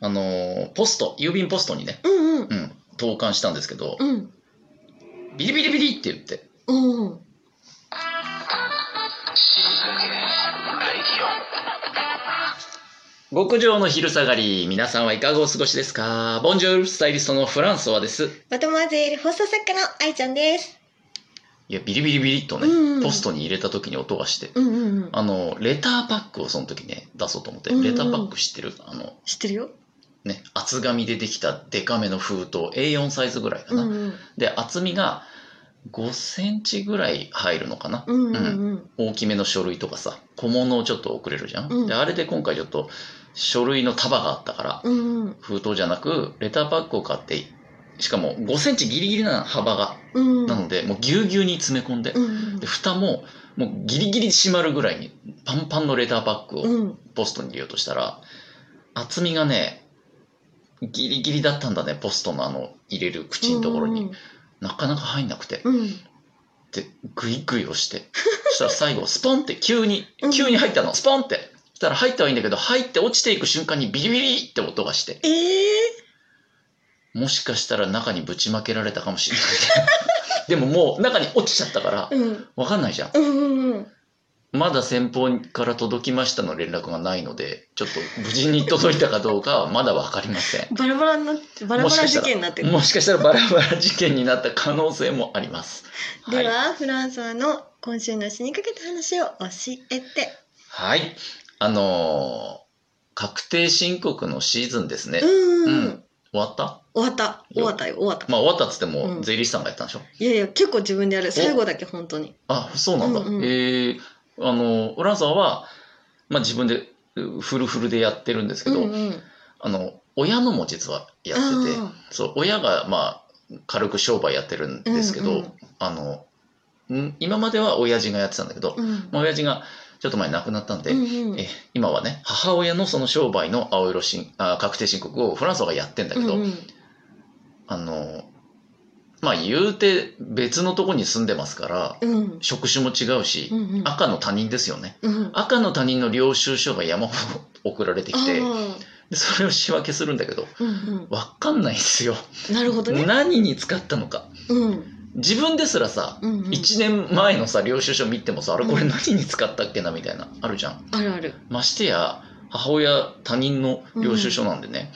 あのーポスト郵便ポストにね、うんうんうん、投函したんですけど、うんビリビリビリって言ってうんうん極上の昼下がり皆さんはいかがお過ごしですかボンジョールスタイリストのフランソワですまとまぜる放送作家の愛ちゃんですいやビリビリビリっとね、うんポストに入れた時に音がしてうんうんうんあのレターパックをその時ね出そうと思ってうんレターパック知ってるあの知ってるよね厚紙でできたデカめの封筒 A4 サイズぐらいかうな、んうんで厚みが5センチぐらい入るのかな、うんうんうん大きめの書類とかさ小物をちょっと送れるじゃん、うんであれで今回ちょっと書類の束があったからうんうん封筒じゃなくレターパックを買ってしかも5センチギリギリな幅が、うんなのでもうぎゅうぎゅうに詰め込んで,、うんうんで蓋ももうギリギリ閉まるぐらいにパンパンのレターパックをうんポストに入れようとしたら、厚みがねギリギリだったんだねポストのあの入れる口のところに、なかなか入んなくて、うんうんでグイグイ押してそしたら最後スポンって急にうん急に入ったのスポンってそしたら入ったはいいんだけど入って落ちていく瞬間にビリビリって音がしてええもしかしたら中にぶちまけられたかもしれないでももう中に落ちちゃったからうん分かんないじゃんうんうんうんまだ先方から届きましたの連絡がないのでちょっと無事に届いたかどうかはまだ分かりませんバラバラになってバラバラ事件になってるもしかしたらバラバラ事件になった可能性もありますでいは、フランソワの今週の死にかけた話を教えてはい。あのー確定申告のシーズンですね。う終んうん、ううんん、わった終わった終わったよ終わった、まあ終わったっつってうもん税理士さんがやったんでしょ、いやいや結構自分でやる最後だけ本当にあ、そうなんだ。うんうんええあのー、浦沢は、まあ自分でうフルフルでやってるんですけど、うんうん、あの、親のも実はやってて、あそう、親がまあ軽く商売やってるんーですけど、うんうんあの、ん今までは親父がやってたんだけど、うんまあ親父がちょっと前亡くなったんで、うんうんえ今はね母親のその商売の青色申あ確定申告をフランソワがやってんだけど、うんうんあのまあ言うて別のとこに住んでますからうん職種も違うし、うんうん赤の他人ですよねうん赤の他人の領収書が山ほど 送られてきてあーでそれを仕分けするんだけどうんうん分かんないですよ、なるほどね何に使ったのかうん自分ですらさ、うんうん1年前のさ領収書見てもさあれこれ何に使ったっけなみたいなあるじゃんあるあるましてや母親他人の領収書なんでね、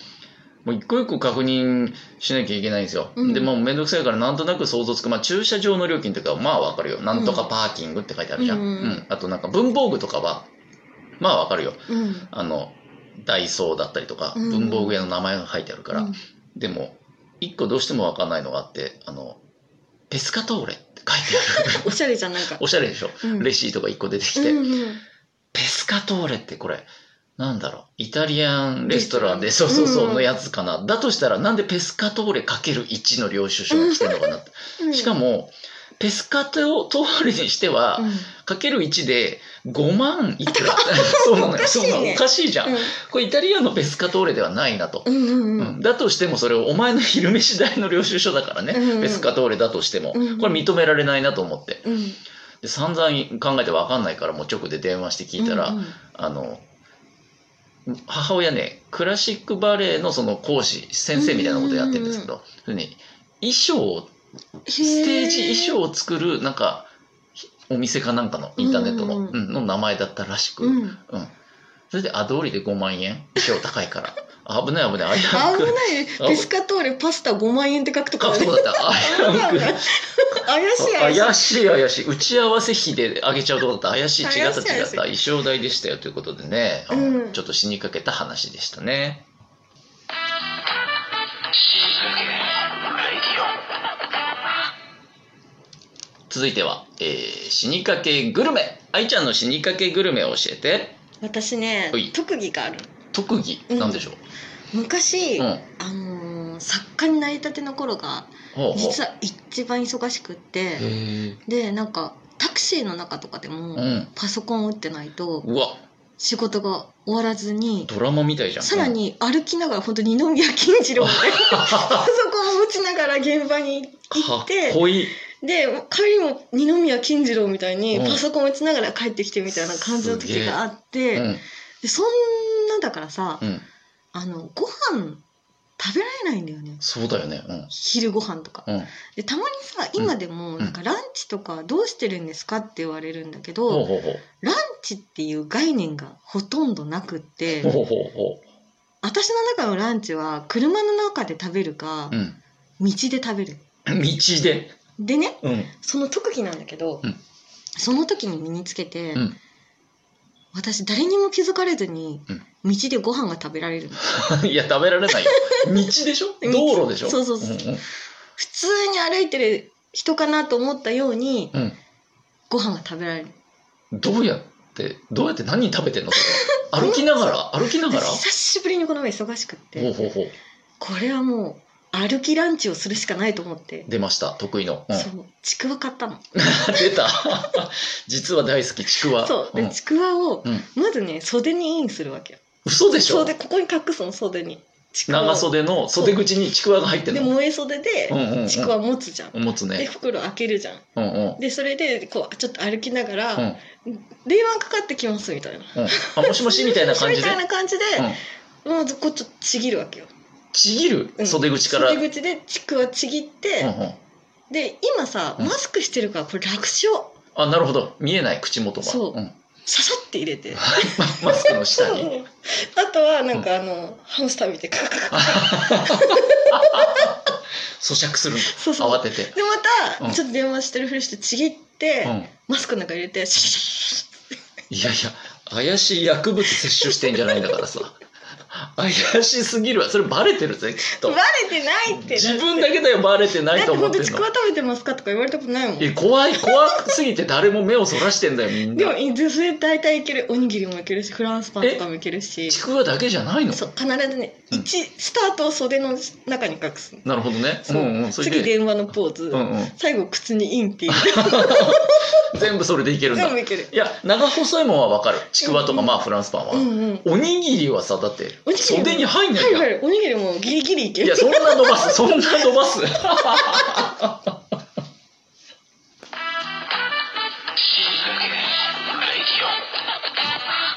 もう一個一個確認しなきゃいけないんですよ、うんでもう面倒くさいからなんとなく想像つく、まあ、駐車場の料金とかはまあわかるよなんとかパーキングって書いてあるじゃん、うんあとなんか文房具とかはまあわかるようんあのダイソーだったりとかうん文房具屋の名前が書いてあるから、うんでも一個どうしてもわかんないのがあってあのペスカトーレって書いてある おしゃれじゃんなんかおしゃれでしょ、うんレシートが一個出てきて、うんうんペスカトーレってこれ、なんだろう、イタリアンレストランで、そうそううんそうう、んのやつかな。だとしたら、なんでペスカトーレ ×1 の領収書が来てるのかなって。うんしかも、ペスカトーレにしては、うんかける1で5万い くら。そうなのおよ。かしいそねうなの。おかしいじゃん。これイタリアのペスカトーレではないなと。うんうんううんんだとしてもそれをお前の昼飯代の領収書だからね、うんうんペスカトーレだとしても、うんうんこれ認められないなと思ってうんで散々考えて分かんないからもう直で電話して聞いたら、うんうんあの母親ねクラシックバレエのその講師先生みたいなことやってるんですけど、それに衣装をステージ衣装を作るなんかひお店かなんかのインターネットの,、ううんんうんうの名前だったらしく、ううんんそれであ通りで5万円衣装高いから あ危ない危ない危危うくないペスカトーレパスタ5万円って書くとか買ねうとこだった危危なうい怪しいく怪しい怪しい怪しい打ち合わせ費で上げちゃうとこだった怪しい違った怪しい違った衣装代でしたよということでね、あのうんちょっと死にかけた話でしたね。続いては、えー死にかけグルメ愛ちゃんの死にかけグルメを教えて私ねほい特技がある特技うんなんでしょう、昔、うんあのー作家になりたての頃がほうほう実は一番忙しくっへてーでなんかタクシーの中とかでも、うんパソコンを打ってないとうわ仕事が終わらずにドラマみたいじゃんさらに歩きながら本当に二宮金次郎ね パソコンを打ちながら現場にうんか行っってこいいで帰りも二宮金次郎みたいにうんパソコン打ちながら帰ってきてみたいな感じの時があって、うんでそんなだからさ、うんあのご飯食べられないんだよねそうだよね。うん。昼ご飯とかうん、でたまにさ今でもなんかランチとかどうしてるんですかって言われるんだけほうど、ランほうほう。チっていう概念がほとんどなくって、ほうほうほ私の中のランチは車の中で食べるかう。う、ん。道で食べる道で。でねうん。 その特技なんだけど、うんその時に身につけて、うん私誰にも気づかれずにうん道でご飯が食べられるの、いや、食べられ ないよ。道でしょ道道路でしょそうそうそううん普通に歩いてる人かなと思ったようにうん、ご飯が食べられるうん。どうやって、どうやって何食べてんのそ れは歩きながら、歩きながら私久しぶりにこの前忙しくっほうてほうほう。これはもう歩きランチをするしかないと思って、出ました、得意の。うん、そうちくわ買ったの 出た。 実は大好き、ちくわ。そうでんちくわをうんまずね袖にインするわけよ嘘でしょ袖ここに隠すの袖にちくわを長袖の袖口にちくわが入ってんでの。燃え袖でうんうんうんちくわ持つじゃん持つでね。袋開けるじゃんうんうん。でそれでこうちょっと歩きながうん、うらん「電話かかってきます」みたいな。あ、もしもしみたいな感みじでたい。な感じで、うんもうこうちょっとちぎるわけよちぎる、うん袖口から。袖口でちくわちぎって、うんうんで今さうんマスクしてるからこれ楽しようあ、なるほど。見えない口元が。そうんささって入れて マスクの下に。 そうあとはなんかあの、ハムスター見てカカカカ咀嚼するんだそうそ慌うてて。でまうたんちょっと電話してるふりしてちぎって、うん。マスクの中入れてシャシャシャシャいやいや、怪しい薬物摂取してんじゃないんだからさ。 怪しすぎるわ。それバレてるぜ、きっとバ。レてないって自分だけだよ、バレてないだってと思本って当んちのくわ。食べてますかとか言われたことないもんいや怖い、怖すぎて誰も目をそらしてんだよ、みんでもな。女性大体いけるおにぎりもいけるしフランスパンとかもいけるしちくわだけじゃないのそう必ずね、うん一スタートを袖の中に隠すのなるほどね。うそうんうん。それ次で、電話のポーズ、うんうん。最後口にインっていう全部それでいけるんだ全。部いけるいや長細いもんはわかるちくわとかまあフランスパンは、うんうんおにぎりはさだっておにぎりも袖に入んなはいいはやんいおにぎりもギリギリいけいるやそんな伸ばす そんな伸ばす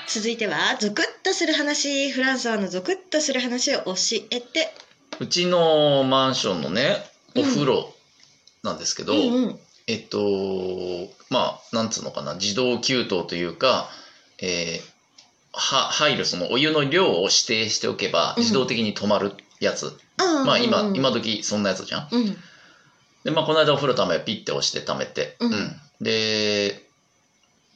続いてはゾクッとする話フランスはのゾクッとする話を教えてうちのマンションのねお風呂なんですけど、うんうんえっとまあなんつうのかな自動給湯というか、えーは入るそのお湯の量を指定しておけばうん自動的に止まるやつ、あまあ今、うん今時そんなやつじゃんうんで、まあ、この間お風呂ためピッて押してためて、うんで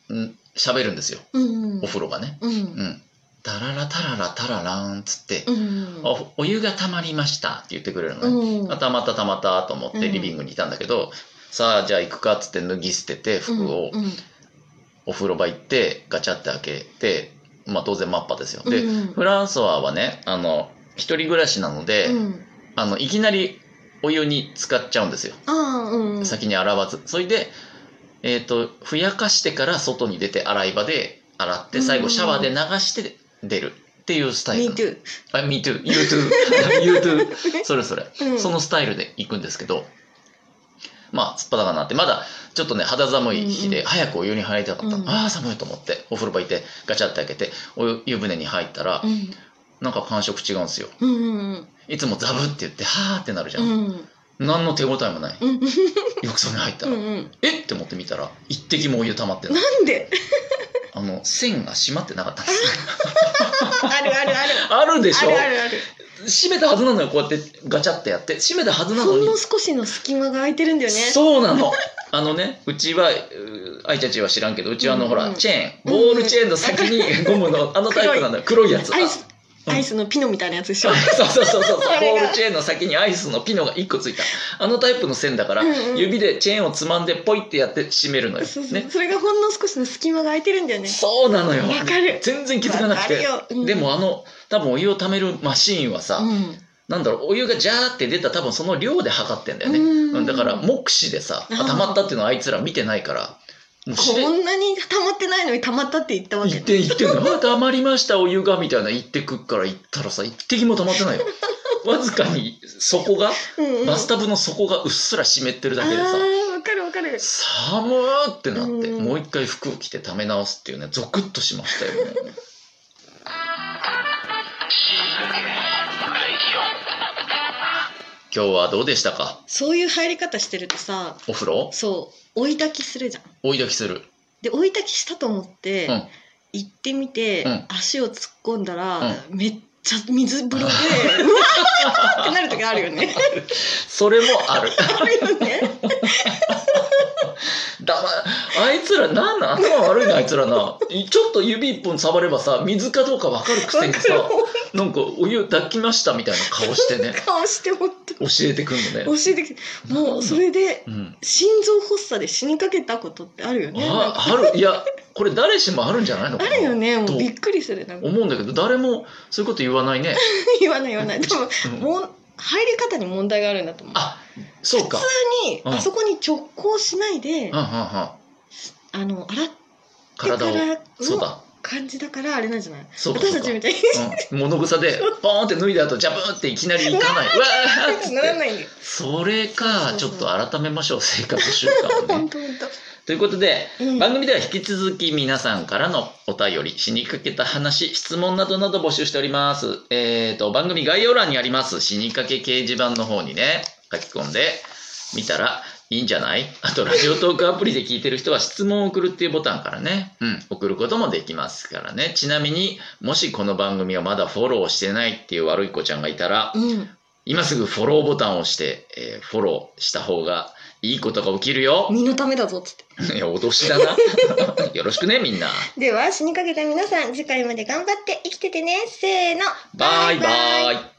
ん喋るんですようんうんお風呂がね「うんうん、タララタララタララーン」っつって、うんあお「お湯が溜まりました」って言ってくれるのうね、んうんあたまたたまたと思ってうんリビングにいたんだけど、さあじゃあ行くかっつって脱ぎ捨てて服をうんうんお風呂場行ってガチャって開けて、まあ、当然マッパですよで、うんフランソワはねあの一人暮らしなので、うんあのいきなりお湯に浸かっちゃうんですよああうん先に洗わずそれで、えー、とふやかしてから外に出て洗い場で洗って最後シャワーで流して出るっていうスタイル Me too あ Me too You too You too それそれ、 うんそのスタイルで行くんですけどまあ突っ裸になってまだちょっとね肌寒い日うんでう早くお湯に入りたかった、うんああ寒いと思ってお風呂場行ってガチャって開けてお湯船に入ったら、うんなんか感触違うんですようんうんいつもザブって言ってはーってなるじゃ、うんん何の手応えもないうん浴槽に入ったうら、んうんえっって思ってみたら一滴もお湯溜まってないなんであの線が閉まってなかったんですあるあ るあるあるでしょあるあるある閉めたはずなのよこうやってガチャってやって閉めたはずなほのんにの少しの隙間が空いてるんだよねそうなのあのねうちはうあいちゃちは知らんけどうちはあの、うんほうんらチェーンボールチェーンの先にゴムのあのタイプなんだよ黒いやつアイスうんアイスのピノみたいなやつでしあょそうそうそうそうそうそれがボールチェーンの先にアイスのピノが1個ついたあのタイプの線だから、うんうん指でチェーンをつまんでポイってやって閉めるのよそうそうねそれがほんの少しの隙間が空いてるんだよねそうなのよわかる全然気づかなくてわかるようんでもあの多分お湯をためるマシーンはさ、うんなんだろうお湯がジャーって出た多分その量で測ってんだよねうんうんだから目視でさああー溜まったっていうのはあいつら見てないからもう知れこんなに溜まってないのに溜まったって言ったわ言っけて言ってんの「あ 溜まりましたお湯が」みたいな言ってくっから言ったらさ一滴も溜まってないよ わずかに底がうんうんバスタブの底がうっすら湿ってるだけでさあーわかるわかる寒ーってなって、うんもう一回服を着て溜め直すっていうねゾクッとしましたよね今日はどうでしたかそういう入り方してるとさお風呂そう追い焚きするじゃん追い焚きするで追い焚きしたと思って、うん行ってみて、うん足を突っ込んだら、めっちゃ 水風呂でうわーってなる時あるよねそれもあ るあるよねだまあいつらなんなん頭悪いなあいつらないちょっと指一本触ればさ水かどうか分かるくせにさ わかなんかお湯抱きましたみたいな顔してねる 顔してほんと教えてくんの教ね、えてきてもうそれでうん、心臓発作で死にかけたことってあるよねなんかああるいやこれ誰しもあるんじゃないのかあなるよねもどううびっくりするなんか思うんだけど誰もそういうこと言わないね、 言わない言わないでもうんもう入り方に問題があるんだと思うあそうか普通にうんあそこに直行しないで、うんうんうんあの洗ってか体をらそうのだ感じだからあれなんじゃないそうか私そうたかちみたいにうん物草でポーンって脱いだ後ジャブーンっていきなり行かないうわーっつっならてないんだよそれそかうちそょうっと改めましょう生活習慣を 本ね当本ということで当うん番組では引き続き皆さんからのお便り死にかけた話質問などなど募集しておりますえー、と番組概要欄にあります死にかけ掲示板の方にね書き込んで見たらいいんじゃないあとラジオトークアプリで聞いてる人は質問を送るっていうボタンからね、うん、送ることもできますからねちなみにもしこの番組をまだフォローしてないっていう悪い子ちゃんがいたらうん今すぐフォローボタンを押して、えーフォローした方がいいことが起きるよ。身のためだぞっつっていや、脅しだな。よろしくね、みんな。では死にかけた皆さん次回まで頑張って生きててねせーのバイバイ。